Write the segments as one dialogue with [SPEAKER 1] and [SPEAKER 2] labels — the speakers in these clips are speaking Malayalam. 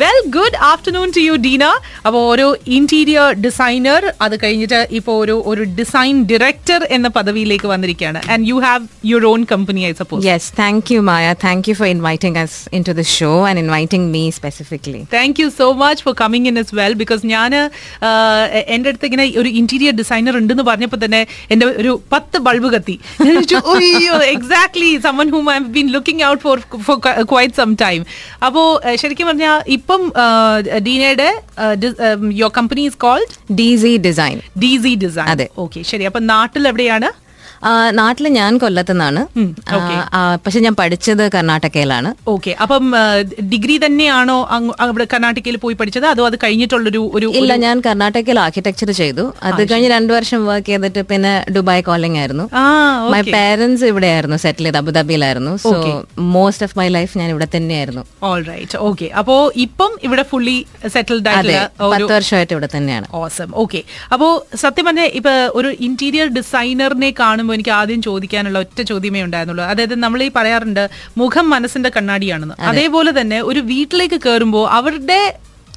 [SPEAKER 1] Well good afternoon to you Deena അപ്പോൾ ഒരു ഇന്റീരിയർ ഡിസൈനർ അത് കഴിഞ്ഞിട്ട് ഇപ്പോൾ ഒരു ഒരു ഡിസൈൻ ഡയറക്ടർ എന്ന പദവിയിലേക്ക് വന്നിരിക്കുകയാണ് and you have your own company I suppose
[SPEAKER 2] Yes, thank you, Maya. Thank you for inviting us into the show and inviting me specifically.
[SPEAKER 1] Thank you so much for coming in is well because ഞാൻ എൻ്റെ അടുത്ത് ഇങ്ങനെ ഒരു ഇന്റീരിയർ ഡിസൈനർ ഉണ്ടെന്ന് പറഞ്ഞപ്പോൾ തന്നെ എൻ്റെ ഒരു പത്ത് ബൾബ് കത്തി exactly someone whom I been looking out for for quite some time അപ്പോൾ ശരിക്കും പറഞ്ഞാൽ ഇപ്പം uh, ഡീനയുടെ your company is called
[SPEAKER 2] DZ Design.
[SPEAKER 1] D C design
[SPEAKER 2] അതെ.
[SPEAKER 1] ഓക്കെ ശരി അപ്പം നാട്ടിൽ എവിടെയാണ്
[SPEAKER 2] ആ, നാട്ടില് ഞാൻ കൊല്ലത്തുനിന്നാണ് ആ, ആ, പക്ഷെ ഞാൻ പഠിച്ചത് കർണാടകയിലാണ്
[SPEAKER 1] ഓക്കെ അപ്പം ഡിഗ്രി തന്നെയാണോ അങ്ങ് അവിടെ കർണാടകയിൽ പോയി പഠിച്ചത് അതോ അത് കഴിഞ്ഞിട്ടുള്ളൊരു ഒരു
[SPEAKER 2] ഇല്ല ഞാൻ കർണാടകയിൽ ആർക്കിടെക്ചർ ചെയ്തു അത് കഴിഞ്ഞ് രണ്ടു വർഷം വർക്ക് ചെയ്തിട്ട് പിന്നെ ദുബായ് കോളിംഗ് ആയിരുന്നു
[SPEAKER 1] ആ
[SPEAKER 2] മൈ പേരൻസ് ഇവിടെ ആയിരുന്നു സെറ്റിൽ ചെയ്ത് അബുദാബിയിലായിരുന്നു so most of my life ഞാൻ ഇവിടെ തന്നെയായിരുന്നു
[SPEAKER 1] ഓൾ റൈറ്റ് ഓക്കെ അപ്പോ ഇപ്പം ഇവിടെ ഫുള്ളി സെറ്റിൽഡ്
[SPEAKER 2] അതെ
[SPEAKER 1] ആയിട്ടുള്ള ഒരു
[SPEAKER 2] പത്ത് വർഷമായിട്ട് ഇവിടെ തന്നെയാണ്
[SPEAKER 1] ഓസം ഓക്കെ അപ്പോ സത്യം പറഞ്ഞ ഇപ്പൊ ഒരു ഇന്റീരിയർ ഡിസൈനറിനെ കാണുമ്പോൾ എനിക്ക് ആദ്യം ചോദിക്കാനുള്ള ഒറ്റ ചോദ്യമേ ഉണ്ടായിരുന്നുള്ളൂ അതായത് നമ്മൾ ഈ പറയാറുണ്ട് മുഖം മനസ്സിന്റെ കണ്ണാടിയാണെന്ന് അതേപോലെ തന്നെ ഒരു വീട്ടിലേക്ക് കയറുമ്പോൾ അവരുടെ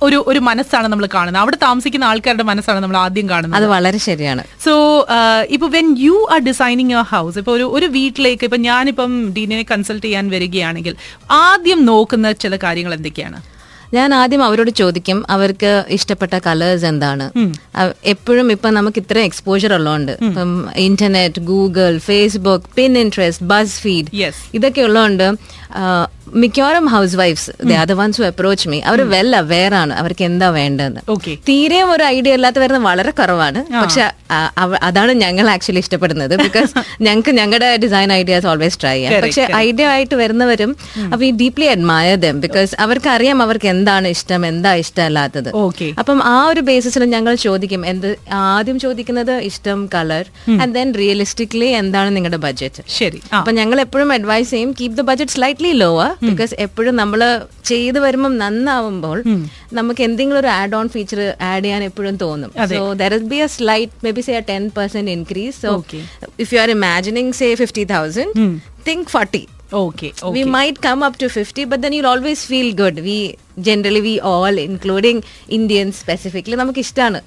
[SPEAKER 1] ഒരു ഒരു മനസ്സാണ് നമ്മൾ കാണുന്നത് അവിടെ താമസിക്കുന്ന ആൾക്കാരുടെ മനസ്സാണ് നമ്മൾ ആദ്യം കാണുന്നത്
[SPEAKER 2] അത് വളരെ ശരിയാണ്
[SPEAKER 1] സോ ഇപ്പൊ when you are designing your house ഇപ്പൊ ഒരു ഒരു വീട്ടിലേക്ക് ഇപ്പൊ ഞാനിപ്പം ഡീനെ കൺസൾട്ട് ചെയ്യാൻ വരികയാണെങ്കിൽ ആദ്യം നോക്കുന്ന ചില കാര്യങ്ങൾ എന്തൊക്കെയാണ്
[SPEAKER 2] ഞാൻ ആദ്യം അവരോട് ചോദിക്കും അവർക്ക് ഇഷ്ടപ്പെട്ട കളേഴ്സ് എന്താണ് അവ- എപ്പോഴും ഇപ്പൊ നമുക്ക് ഇത്ര എക്സ്പോജർ ഉള്ളതുകൊണ്ട് ഇപ്പം internet Google Facebook Pinterest BuzzFeed
[SPEAKER 1] Yes.
[SPEAKER 2] ഇതൊക്കെ ഉള്ളതുകൊണ്ട് ആ, മിക്കവാറും ഹൗസ് വൈഫ്സ് the ones who approach me അവർ വെൽ അവെയർ ആണ് അവർക്ക് എന്താ വേണ്ടതെന്ന്
[SPEAKER 1] ഓക്കെ
[SPEAKER 2] തീരെ ഒരു ഐഡിയ ഇല്ലാത്ത വരുന്ന വളരെ കുറവാണ് പക്ഷെ അ- അവ- അതാണ് ഞങ്ങൾ ആക്ച്വലി ഇഷ്ടപ്പെടുന്നത് ബിക്കോസ് ഞങ്ങൾക്ക് ഞങ്ങളുടെ ഡിസൈൻ ഐഡിയാസ് ഓൾവേസ് ട്രൈ ചെയ്യാം പക്ഷെ ഐഡിയ ആയിട്ട് വരുന്നവരും അപ്പൊ ഈ ഡീപ്ലി അഡ്മയർ ദം ബിക്കോസ് അവർക്ക് അറിയാം അവർക്ക് എന്താണ് ഇഷ്ടം എന്താ ഇഷ്ടമല്ലാത്തത്
[SPEAKER 1] ഓക്കെ
[SPEAKER 2] അപ്പം ആ ഒരു ബേസിസിൽ ഞങ്ങൾ ചോദിക്കും എന്ത് ആദ്യം ചോദിക്കുന്നത് ഇഷ്ടം കളർ ആൻഡ് ദെൻ റിയലിസ്റ്റിക്കലി എന്താണ് നിങ്ങളുടെ ബഡ്ജറ്റ്
[SPEAKER 1] ശരി ആ
[SPEAKER 2] അപ്പൊ ഞങ്ങൾ എപ്പോഴും അഡ്വൈസ് ചെയ്യും keep the budget slightly lower because എപ്പോഴും നമ്മൾ ചെയ്ത് വരുമ്പോൾ നന്നാവുമ്പോൾ നമുക്ക് എന്തെങ്കിലും ഒരു ആഡ് ഓൺ ഫീച്ചർ ആഡ് ചെയ്യാൻ എപ്പോഴും തോന്നും so there be a slight maybe say a ten percent increase so
[SPEAKER 1] Okay.
[SPEAKER 2] If you are imagining say fifty thousand think forty
[SPEAKER 1] okay
[SPEAKER 2] we might come up to fifty but then you always feel good we generally we all including Indian specifically നമുക്ക് ഇഷ്ടമാണ്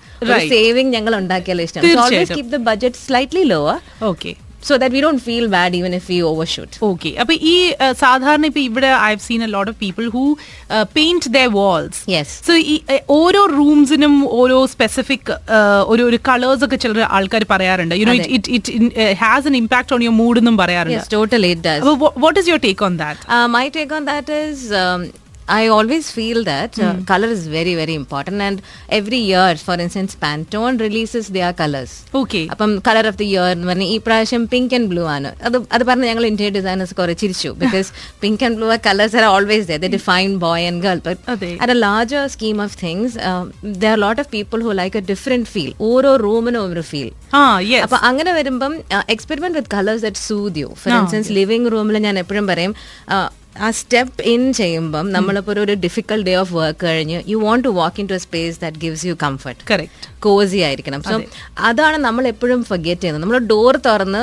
[SPEAKER 2] സേവിങ് ഞങ്ങൾ ഉണ്ടാക്കിയാലും ഇഷ്ടമാണ് always keep the budget slightly lower
[SPEAKER 1] okay
[SPEAKER 2] so that we don't feel bad even if we overshoot.
[SPEAKER 1] Okay അപ്പൊ ഈ അഹ്, സാധാരണ ഇപ്പൊ ഇവിടെ I have seen a lot of people who paint the walls
[SPEAKER 2] Yes.
[SPEAKER 1] So ഈ എ, ഓരോ റൂംസിനും ഓരോ സ്പെസിഫിക് ഒരു ഒരു കളേഴ്സ് ഒക്കെ ചില ആൾക്കാർ പറയാറുണ്ട് you know it it has an impact on your mood എന്നും പറയാറുണ്ട്
[SPEAKER 2] Yes, totally it does.
[SPEAKER 1] അപ്പൊ what is your take on that
[SPEAKER 2] Uh, my take on that is. Um, I always feel that uh, color is very, very important. And every year, for instance, Pantone releases their colors.
[SPEAKER 1] Okay
[SPEAKER 2] അപ്പം കളർ ഓഫ് ദി ഇയർ എന്ന് പറഞ്ഞാൽ ഈ പ്രാവശ്യം പിങ്ക് ആൻഡ് ബ്ലൂ ആണ് അത് അത് പറഞ്ഞ് ഞങ്ങൾ ഇന്ത്യൻ ഡിസൈനേഴ്സ് കുറെ ചിരിച്ചു because pink and blue colours are always the define boy and girl
[SPEAKER 1] അതെ.
[SPEAKER 2] At a larger scheme of things the are lot of people who like a different feel ഓരോ റൂമിനും ഒരു ഫീൽ
[SPEAKER 1] ആ യെസ്
[SPEAKER 2] അപ്പൊ അങ്ങനെ വരുമ്പം experiment with colours that soothe you for instance living റൂമിൽ ഞാൻ എപ്പോഴും പറയും ആ, ആ സ്റ്റെപ്പ് ഇൻ ചെയ്യുമ്പം നമ്മളിപ്പോൾ ഒരു ഡിഫിക്കൽട്ട് ഡേ ഓഫ് വർക്ക് കഴിഞ്ഞ് you want to walk in to a space that gives you comfort
[SPEAKER 1] correct
[SPEAKER 2] cosy ആയിരിക്കണം സോ അതാണ് നമ്മൾ എപ്പോഴും ഫർഗേറ്റ് ചെയ്യുന്നത് നമ്മൾ ഡോർ തുറന്ന്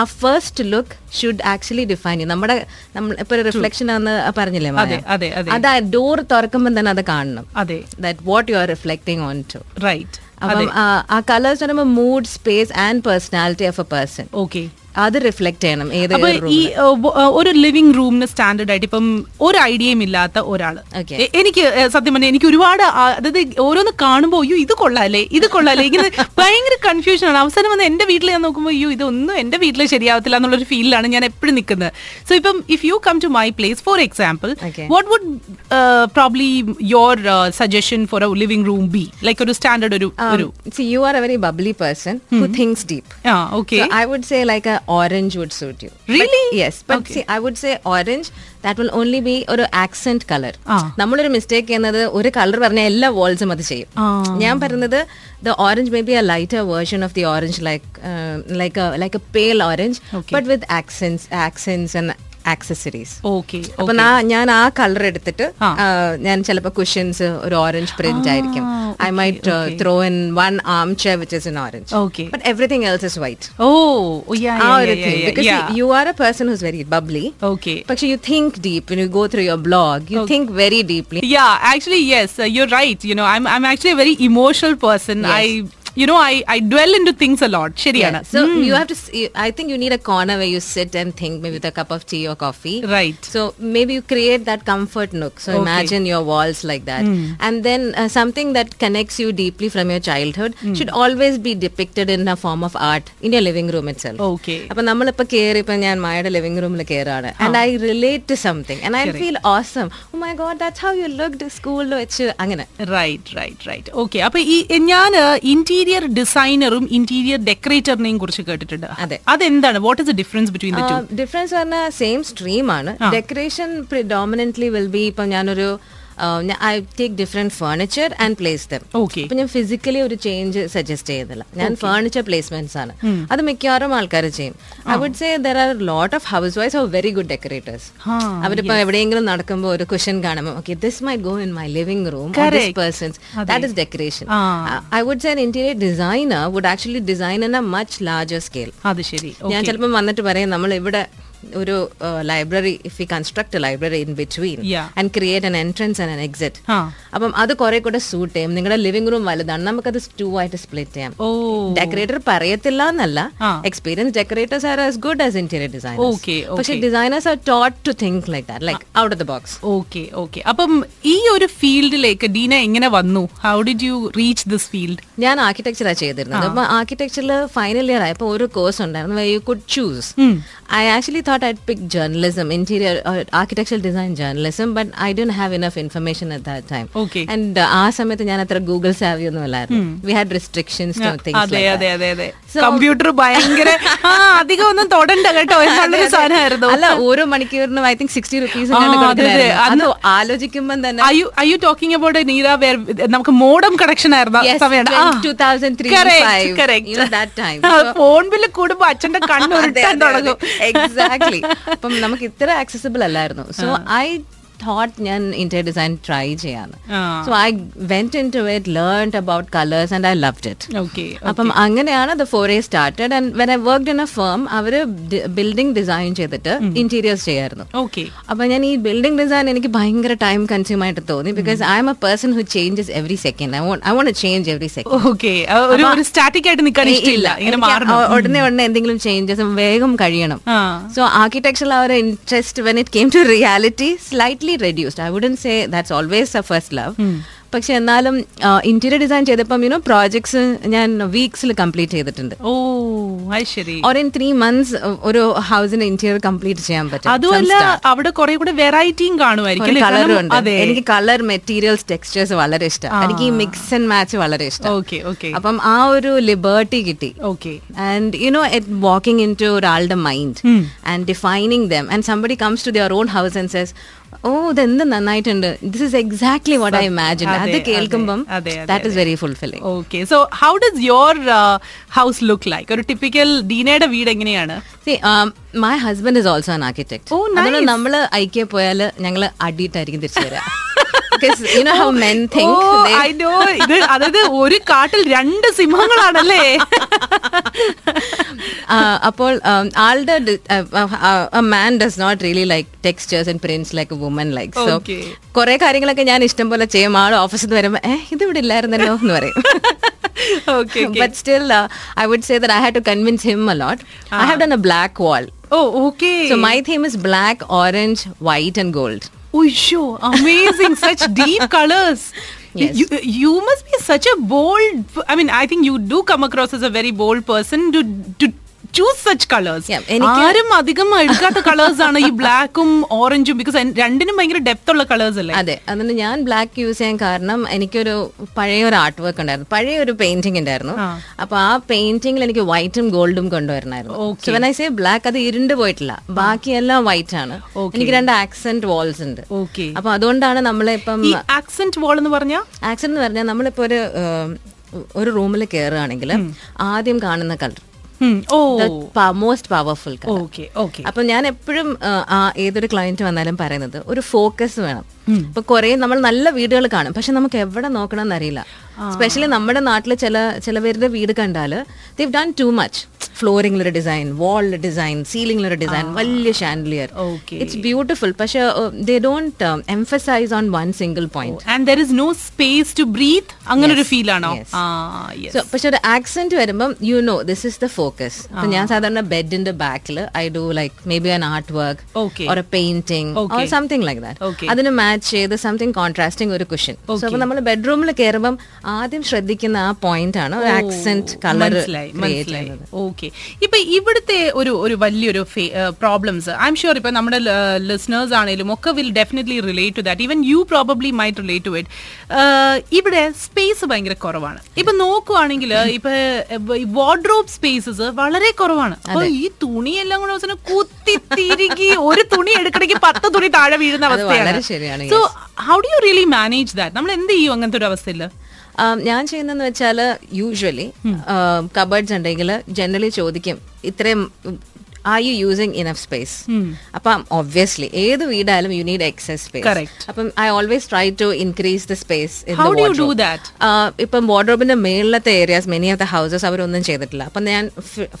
[SPEAKER 2] ആ first look should actually define ചെയ്യും നമ്മുടെ നമ്മൾ ഇപ്പൊ റിഫ്ലക്ഷൻ ആണെന്ന് പറഞ്ഞില്ലേ
[SPEAKER 1] അതെ
[SPEAKER 2] മായ?
[SPEAKER 1] അതെ അതെ
[SPEAKER 2] അത് ആ ഡോർ തുറക്കുമ്പോൾ തന്നെ അത് കാണണം
[SPEAKER 1] അതെ
[SPEAKER 2] that what you are reflecting on to
[SPEAKER 1] right
[SPEAKER 2] അപ്പം ആ- ആ കളേഴ്സ് പറയുമ്പോൾ mood space and personality of a person
[SPEAKER 1] okay
[SPEAKER 2] അത് റിഫ്ലക്ട് ചെയ്യണം ഏത്
[SPEAKER 1] അപ്പൊ ഈ ഏഹ്, വ- ഏഹ്, ഒരു ലിവിംഗ് റൂമിന് സ്റ്റാൻഡേർഡ് ആയിട്ട് ഇപ്പം ഒരു ഐഡിയയും ഇല്ലാത്ത ഒരാള്
[SPEAKER 2] Okay.
[SPEAKER 1] എ- എനിക്ക് ഏഹ്, സത്യം പറഞ്ഞാൽ എനിക്ക് ഒരുപാട് ആ- അതായത് ഓരോന്ന് കാണുമ്പോൾ അയ്യോ ഇത് കൊള്ളാല്ലേ ഇത് കൊള്ളാല്ലേ ഇങ്ങനെ ഭയങ്കര confusion ആണ് അവസാനം വന്ന് എന്റെ വീട്ടിൽ ഞാൻ നോക്കുമ്പോൾ അയ്യോ ഇതൊന്നും എന്റെ വീട്ടിൽ ശരിയാവത്തില്ല എന്നുള്ളൊരു ഫീലിലാണ് ഞാൻ എപ്പോഴും നിൽക്കുന്നത് സോ ഇപ്പം if you come to my place for example
[SPEAKER 2] Okay.
[SPEAKER 1] What would probably your suggestion for a living room be like ഒരു സ്റ്റാൻഡേർഡ് ഒരു ഒരു
[SPEAKER 2] see you are a very bubbly person who thinks deep
[SPEAKER 1] ആ okay
[SPEAKER 2] So I would say like a orange would suit you.
[SPEAKER 1] Really?
[SPEAKER 2] But- yes. But see, I would say orange. That will only be ഒരു ആക്സെന്റ് കളർ
[SPEAKER 1] ആ.
[SPEAKER 2] നമ്മളൊരു മിസ്റ്റേക്ക് ചെയ്യുന്നത് ഒരു കളർ പറഞ്ഞാൽ എല്ലാ വേൾഡ്സും അത് ചെയ്യും
[SPEAKER 1] ആ.
[SPEAKER 2] ഞാൻ പറയുന്നത് the orange may be a lighter version of uh, the orange like like like a pale orange
[SPEAKER 1] Okay.
[SPEAKER 2] But with accents accents and accessories
[SPEAKER 1] okay
[SPEAKER 2] അപ്പൊ നാ- ഞാൻ ആ കളർ എടുത്തിട്ട് ആ, ഞാൻ ചിലപ്പോ കുഷൻസ് ഒരു ഓറഞ്ച് പ്രിന്റ് ആയിരിക്കും uh, I might throw in one arm chair which is in orange
[SPEAKER 1] okay
[SPEAKER 2] but everything else is white
[SPEAKER 1] oh Oh, yeah,
[SPEAKER 2] ആ
[SPEAKER 1] yeah,
[SPEAKER 2] ഒരു
[SPEAKER 1] yeah,
[SPEAKER 2] thing
[SPEAKER 1] yeah,
[SPEAKER 2] because
[SPEAKER 1] yeah.
[SPEAKER 2] You are a person who's very bubbly
[SPEAKER 1] Okay.
[SPEAKER 2] പക്ഷെ you think deep you go through your blog you think very deeply
[SPEAKER 1] Yeah, actually, yes, uh, you're right. You know, I'm I'm actually a very emotional person. I, you know, I I dwell into things a lot. ശരിയാണ്
[SPEAKER 2] So you have to. See, I think you need a corner where you sit and think, maybe with a cup of tea or coffee.
[SPEAKER 1] Right.
[SPEAKER 2] So maybe you create that comfort nook. So
[SPEAKER 1] Okay. Hmm.
[SPEAKER 2] imagine your walls like that, and then uh, something that connects you deeply from your childhood
[SPEAKER 1] Hmm.
[SPEAKER 2] should always be depicted in a form of art in your living room itself.
[SPEAKER 1] Okay.
[SPEAKER 2] അപ്പൊ നമ്മളിപ്പോ കയറി ഇപ്പൊ ഞാൻ മായയുടെ ലിവിംഗ് റൂമിൽ കയറാണ് and I relate to something and I feel awesome my god that's how you looked സ്കൂളിൽ വെച്ച് അങ്ങനെ
[SPEAKER 1] റൈറ്റ് റൈറ്റ് റൈറ്റ് ഓക്കെ അപ്പൊ ഈ ഞാൻ ഇന്റീരിയർ ഡിസൈനറും ഇന്റീരിയർ ഡെക്കറേറ്ററിനെയും കുറിച്ച് കേട്ടിട്ടുണ്ട്
[SPEAKER 2] അതെ.
[SPEAKER 1] അതെന്താണ് what is the difference between the two
[SPEAKER 2] difference പറഞ്ഞാൽ സെയിം സ്ട്രീമാണ് ഡെക്കറേഷൻ പ്രിഡോമിനന്റ്ലി വിൽ ബി ഇപ്പം ഞാനൊരു I take different furniture and place them
[SPEAKER 1] okay
[SPEAKER 2] ഇപ്പൊ ഞാൻ ഫിസിക്കലി ഒരു ചേഞ്ച് സജസ്റ്റ് ചെയ്യുന്നില്ല ഞാൻ ഫേർണിച്ചർ പ്ലേസ്മെന്റ്സ് ആണ് അത് മിക്കവാറും ആൾക്കാർ ചെയ്യും I would say there are lot of housewives or very good decorators
[SPEAKER 1] ആ,
[SPEAKER 2] അവരിപ്പോ എവിടെയെങ്കിലും നടക്കുമ്പോൾ ഒരു കുഷൻ കാണുമ്പോൾ okay this my go in my living room this person's that is decoration
[SPEAKER 1] ആ.
[SPEAKER 2] I would say interior designer would actually design in a much larger scale
[SPEAKER 1] അത് ശരി
[SPEAKER 2] ഞാൻ ചിലപ്പം വന്നിട്ട് പറയും നമ്മൾ ഇവിടെ ഒരു uh, library if you construct library in between
[SPEAKER 1] Yeah.
[SPEAKER 2] And create an entrance and an exit
[SPEAKER 1] ആ
[SPEAKER 2] അപ്പം അത് കുറെ കൂടെ സൂട്ട് ചെയ്യും നിങ്ങളുടെ ലിവിംഗ് റൂം വലുതാണ് നമുക്കത് ടു ആയിട്ട് സ്പ്ലിറ്റ് ചെയ്യാം
[SPEAKER 1] ഓ
[SPEAKER 2] ഡെക്കറേറ്റർ പറയത്തില്ല എന്നല്ല
[SPEAKER 1] ആ.
[SPEAKER 2] Experience decorators are as good as interior designers
[SPEAKER 1] Okay, okay.
[SPEAKER 2] പക്ഷേ designers are taught to think like that like out of the box
[SPEAKER 1] okay okay അപ്പം ഈ ഒരു ഫീൽഡിലേക്ക് ഡീന എങ്ങനെ വന്നു how did you reach this field
[SPEAKER 2] ഞാൻ ആർക്കിടെക്ചറാണ് ചെയ്തിരുന്നത് അപ്പൊ ആർക്കിടെക്ചറിൽ ഫൈനൽ ഇയർ ആയപ്പോൾ ഒരു കോഴ്സ് ഉണ്ടായിരുന്നു you could choose I actually thought I pick journalism interior architecture design journalism but I don't have enough information at that time
[SPEAKER 1] Okay.
[SPEAKER 2] And uh, ആ സമയത്ത് ഞാൻ അത്ര ഗൂഗിൾ സാവി ഒന്നും അല്ലായിരുന്നു വി ഹാഡ് റെസ്ട്രിക്ഷൻസ്
[SPEAKER 1] അതെ അതെ അതെ അതെ കമ്പ്യൂട്ടർ ഭയങ്കര ആ അധികം ഒന്നും തൊടണ്ട കേട്ടോ എന്നുള്ളൊരു സാധനമായിരുന്നു
[SPEAKER 2] അല്ല ഓരോ മണിക്കൂറിനും ഐ തിങ്ക് സിക്സ്റ്റി റുപ്പീസ്
[SPEAKER 1] ആ, അതെ, അതെ.
[SPEAKER 2] അത് ആലോചിക്കുമ്പോൾ തന്നെ
[SPEAKER 1] Are you are you talking about an era where നമുക്ക് മോഡം കണക്ഷൻ ആയിരുന്നു ആ
[SPEAKER 2] Yes,
[SPEAKER 1] സമയാണ്. ആ.
[SPEAKER 2] 2003,
[SPEAKER 1] Correct,
[SPEAKER 2] five,
[SPEAKER 1] correct.
[SPEAKER 2] you know, that time.
[SPEAKER 1] ആ, ഫോൺ ബില്ല് കൂടുമ്പോ അച്ഛന്റെ കണ്ണ്
[SPEAKER 2] അതെ,
[SPEAKER 1] ഉരുട്ടാൻ
[SPEAKER 2] അതെ,
[SPEAKER 1] തുടങ്ങും
[SPEAKER 2] അതെ. Exactly. അപ്പം നമുക്ക് ഇത്ര ആക്സസിബിൾ അല്ലായിരുന്നു സോ ഐ തോട്ട് ഞാൻ ഇന്റീരിയർ ഡിസൈൻ ട്രൈ ചെയ്യാന്ന്
[SPEAKER 1] ആ.
[SPEAKER 2] So I went in to it learn about colours and I love it
[SPEAKER 1] Okay.
[SPEAKER 2] അപ്പം അങ്ങനെയാണ് the foray started and when I work in a firm അവര് ബിൽഡിംഗ് ഡിസൈൻ ചെയ്തിട്ട് ഇന്റീരിയേഴ്സ് ചെയ്യായിരുന്നു
[SPEAKER 1] Okay.
[SPEAKER 2] അപ്പൊ ഞാൻ ഈ ബിൽഡിംഗ് ഡിസൈൻ എനിക്ക് ഭയങ്കര ടൈം കൺസ്യൂം ആയിട്ട് തോന്നി because I M a person who changes every second I won't change every second
[SPEAKER 1] Okay. ആ, ഒരു ഒരു സ്റ്റാറ്റിക് ആയിട്ട് നിൽക്കാൻ ഇഷ്ടമില്ല ഇങ്ങനെ
[SPEAKER 2] എനിക്ക്
[SPEAKER 1] മാറണം
[SPEAKER 2] ഒ- ഉടനെ ഉടനെ എന്തെങ്കിലും ചേഞ്ചസ് വേഗം കഴിയണം
[SPEAKER 1] ആ.
[SPEAKER 2] സോ ആർക്കിടെക്ചറിൽ ആ ഒരു interest when it came to reality slightly reduced I would say that's always a first love പക്ഷെ എന്നാലും ഇന്റീരിയർ ഡിസൈൻ ചെയ്തപ്പം യുനോ പ്രോജക്ട്സ് ഞാൻ വീക്സിൽ കംപ്ലീറ്റ് ചെയ്തിട്ടുണ്ട്
[SPEAKER 1] ഓ അത് ശരി
[SPEAKER 2] ഓർ ഇൻ ത്രീ മന്ത്സ് ഒരു ഹൗസിന്റെ ഇന്റീരിയർ കംപ്ലീറ്റ് ചെയ്യാൻ പറ്റും
[SPEAKER 1] അതുമല്ല അവിടെ കുറെ കൂടെ വെറൈറ്റിയും കാണുമായിരിക്കും അല്ലേ?
[SPEAKER 2] കളറും
[SPEAKER 1] കാരണം-
[SPEAKER 2] ഉണ്ട്
[SPEAKER 1] അതെ
[SPEAKER 2] എനിക്ക് കളർ മെറ്റീരിയൽസ് ടെക്സ്ചേഴ്സ് വളരെ ഇഷ്ടം എനിക്ക് ഈ മിക്സ് ആൻഡ് മാച്ച് വളരെ ഇഷ്ടം
[SPEAKER 1] ഓക്കെ ഓക്കെ
[SPEAKER 2] അപ്പം ആ ഒരു ലിബേർട്ടി കിട്ടി
[SPEAKER 1] okay
[SPEAKER 2] and you know it walking into ഒരാളുടെ mind and defining them and somebody comes to their own house and says oh ഇതെന്ത് നന്നായിട്ടുണ്ട് this is exactly what i imagined അത്
[SPEAKER 1] അതെ,
[SPEAKER 2] കേൾക്കുമ്പം
[SPEAKER 1] അതെ, അതെ,
[SPEAKER 2] that is very fulfilling
[SPEAKER 1] okay so how does your house look like ഒരു ടിപ്പിക്കൽ ഡീനയുടെ വീട് എങ്ങനെയാണ്
[SPEAKER 2] see um, my husband is also an architect
[SPEAKER 1] Oh,
[SPEAKER 2] അതുകൊണ്ട് നമ്മള് ഐക്യ പോയാല് ഞങ്ങള് അടിയിട്ടായിരിക്കും തിരിച്ചു വരാം because you know how men think
[SPEAKER 1] oh,
[SPEAKER 2] they
[SPEAKER 1] Oh, I know. ഇത് അതായത് ഒരു കാട്ടിൽ രണ്ട് സിംഹങ്ങളാണല്ലേ
[SPEAKER 2] ആ, അപ്പോൾ ആളുടെ man does not really like textures and prints like woman like so
[SPEAKER 1] Okay.
[SPEAKER 2] കുറെ കാര്യങ്ങളൊക്കെ ഞാൻ ഇഷ്ടം പോലെ ചെയ്യും ആൾ ഓഫീസിൽ നിന്ന് വരുമ്പോൾ ഏഹ് ഇത് ഇവിടെ ഇല്ലായിരുന്നല്ലോ എന്ന് പറയും uh,
[SPEAKER 1] okay
[SPEAKER 2] but still I would say that I had to convince him a lot I have done a black wall
[SPEAKER 1] ഓ okay
[SPEAKER 2] so my theme is black orange white and gold
[SPEAKER 1] ഉയ്യോ amazing such deep colours you must be such a bold I mean I think you do come across as a very bold person to to choose such colours
[SPEAKER 2] Yeah, എനിക്ക്
[SPEAKER 1] ആരും അധികം എടുക്കാത്ത കളേഴ്സ് ആണ് ഈ ബ്ലാക്കും ഓറഞ്ചും ബിക്കോസ് രണ്ടിനും ഭയങ്കര ഡെപ്ത് ഉള്ള കളേഴ്സ് അല്ലേ
[SPEAKER 2] അതെ അതുകൊണ്ട് ഞാൻ ബ്ലാക്ക് യൂസ് ചെയ്യാൻ കാരണം എനിക്കൊരു പഴയ ഒരു ആർട്ട് വർക്ക് ഉണ്ടായിരുന്നു പഴയ ഒരു പെയിന്റിംഗ് ഉണ്ടായിരുന്നു
[SPEAKER 1] ആ.
[SPEAKER 2] അപ്പൊ ആ പെയിന്റിംഗിൽ എനിക്ക് വൈറ്റും ഗോൾഡും
[SPEAKER 1] Okay.
[SPEAKER 2] കൊണ്ടുവരണമായിരുന്നു ഐ സേ ബ്ലാക്ക് അത് ഇരുണ്ട് പോയിട്ടില്ല ബാക്കിയെല്ലാം വൈറ്റ് ആണ്
[SPEAKER 1] Okay.
[SPEAKER 2] എനിക്ക് രണ്ട് ആക്സെന്റ് വാൾസ് ഉണ്ട്
[SPEAKER 1] ഓക്കെ
[SPEAKER 2] അപ്പൊ അതുകൊണ്ടാണ് നമ്മളിപ്പം
[SPEAKER 1] ഈ ആക്സെന്റ് വാൾ എന്ന് പറഞ്ഞാ
[SPEAKER 2] ആക്സെന്റ് എന്ന് പറഞ്ഞാൽ നമ്മളിപ്പോ ഒരു ഏം, ഒരു റൂമിൽ കയറുകയാണെങ്കിൽ ആദ്യം കാണുന്ന colour
[SPEAKER 1] Hmm.
[SPEAKER 2] The
[SPEAKER 1] Oh.
[SPEAKER 2] Most powerful colour
[SPEAKER 1] Okay. Okay.
[SPEAKER 2] അപ്പൊ ഞാൻ എപ്പോഴും ആ ഏതൊരു ക്ലയന്റ് വന്നാലും പറയുന്നത് ഒരു ഫോക്കസ് വേണം ഇപ്പൊ കുറെ നമ്മൾ നല്ല വീടുകൾ കാണും പക്ഷെ നമുക്ക് എവിടെ നോക്കണം എന്നറിയില്ല സ്പെഷ്യലി നമ്മുടെ നാട്ടിൽ ചില ചിലവരുടെ വീട് കണ്ടാല് ദീവ് ഡൺ ടു മച്ച് ഫ്ലോറിംഗിലൊരു ഡിസൈൻ വാളിൽ ഡിസൈൻ സീലിംഗിലൊരു ഡിസൈൻ വലിയ ഷാൻഡ്ലിയർ
[SPEAKER 1] Okay.
[SPEAKER 2] ഇറ്റ്സ് ബ്യൂട്ടിഫുൾ പക്ഷെ they don't emphasise on one single point
[SPEAKER 1] And there is no space to breathe. അങ്ങനെ ഒരു ഫീൽ ആണോ ആ yes.
[SPEAKER 2] സോ പക്ഷെ ഒരു ആക്സെന്റ് വരുമ്പം you know this is the focus ഞാൻ സാധാരണ ബെഡിന്റെ ബാക്കിൽ I do like may be an art work
[SPEAKER 1] Okay.
[SPEAKER 2] Or a painting or
[SPEAKER 1] Okay.
[SPEAKER 2] Something like that
[SPEAKER 1] Okay.
[SPEAKER 2] അതിന് മാച്ച് ചെയ്ത് സംതിങ് കോൺട്രാസ്റ്റിംഗ് ഒരു കുഷൻ സോ അപ്പൊ നമ്മൾ ബെഡ്റൂമിൽ കയറുമ്പം ആദ്യം ശ്രദ്ധിക്കുന്ന ആ പോയിന്റ് ആണ് ഒരു ആക്സെന്റ് കളർ
[SPEAKER 1] മനസ്സിലായി മനസ്സിലായി ഓക്കെ ഇപ്പൊ ഇവിടുത്തെ ഒരു ഒരു വലിയൊരു പ്രോബ്ലംസ് ഐ എം ഷുവർ ഇപ്പൊ നമ്മുടെ ലിസണേഴ്സ് ആണെങ്കിലും ഒക്കെ will definitely relate to that even you probably might relate to it ഇവിടെ സ്പേസ് ഭയങ്കര കുറവാണ് ഇപ്പൊ നോക്കുവാണെങ്കിൽ ഇപ്പൊ വാർഡ്രോബ് സ്പേസസ് വളരെ കുറവാണ് അപ്പൊ ഈ തുണിയെല്ലാം കൂടെ അവസാനം കുത്തി തിരികി ഒരു തുണി എടുക്കണമെങ്കിൽ പത്ത് തുണി താഴെ വീഴുന്ന
[SPEAKER 2] അത് വളരെ
[SPEAKER 1] അവസ്ഥയാണ്
[SPEAKER 2] ശരിയാണ്
[SPEAKER 1] so how do you really manage that നമ്മൾ എന്ത് ചെയ്യും അങ്ങനത്തെ ഒരു അവസ്ഥയില്
[SPEAKER 2] ആം, Um, ഞാൻ ചെയ്യുന്നതെന്ന് വെച്ചാൽ യൂഷ്വലി കബേർഡ്സ് ഉണ്ടെങ്കിൽ ജനറലി ചോദിക്കും ഇത്രയും are you using enough space അപ്പം ഒബ്വിയസ്ലി ഏത് വീടായാലും you need excess space
[SPEAKER 1] Correct.
[SPEAKER 2] അപ്പം I always try to increase the space
[SPEAKER 1] How do you do that?
[SPEAKER 2] Uh, ഇപ്പം വാർഡ്രോബിന്റെ മേളിലത്തെ areas many of the houses അവരൊന്നും ചെയ്തിട്ടില്ല അപ്പം ഞാൻ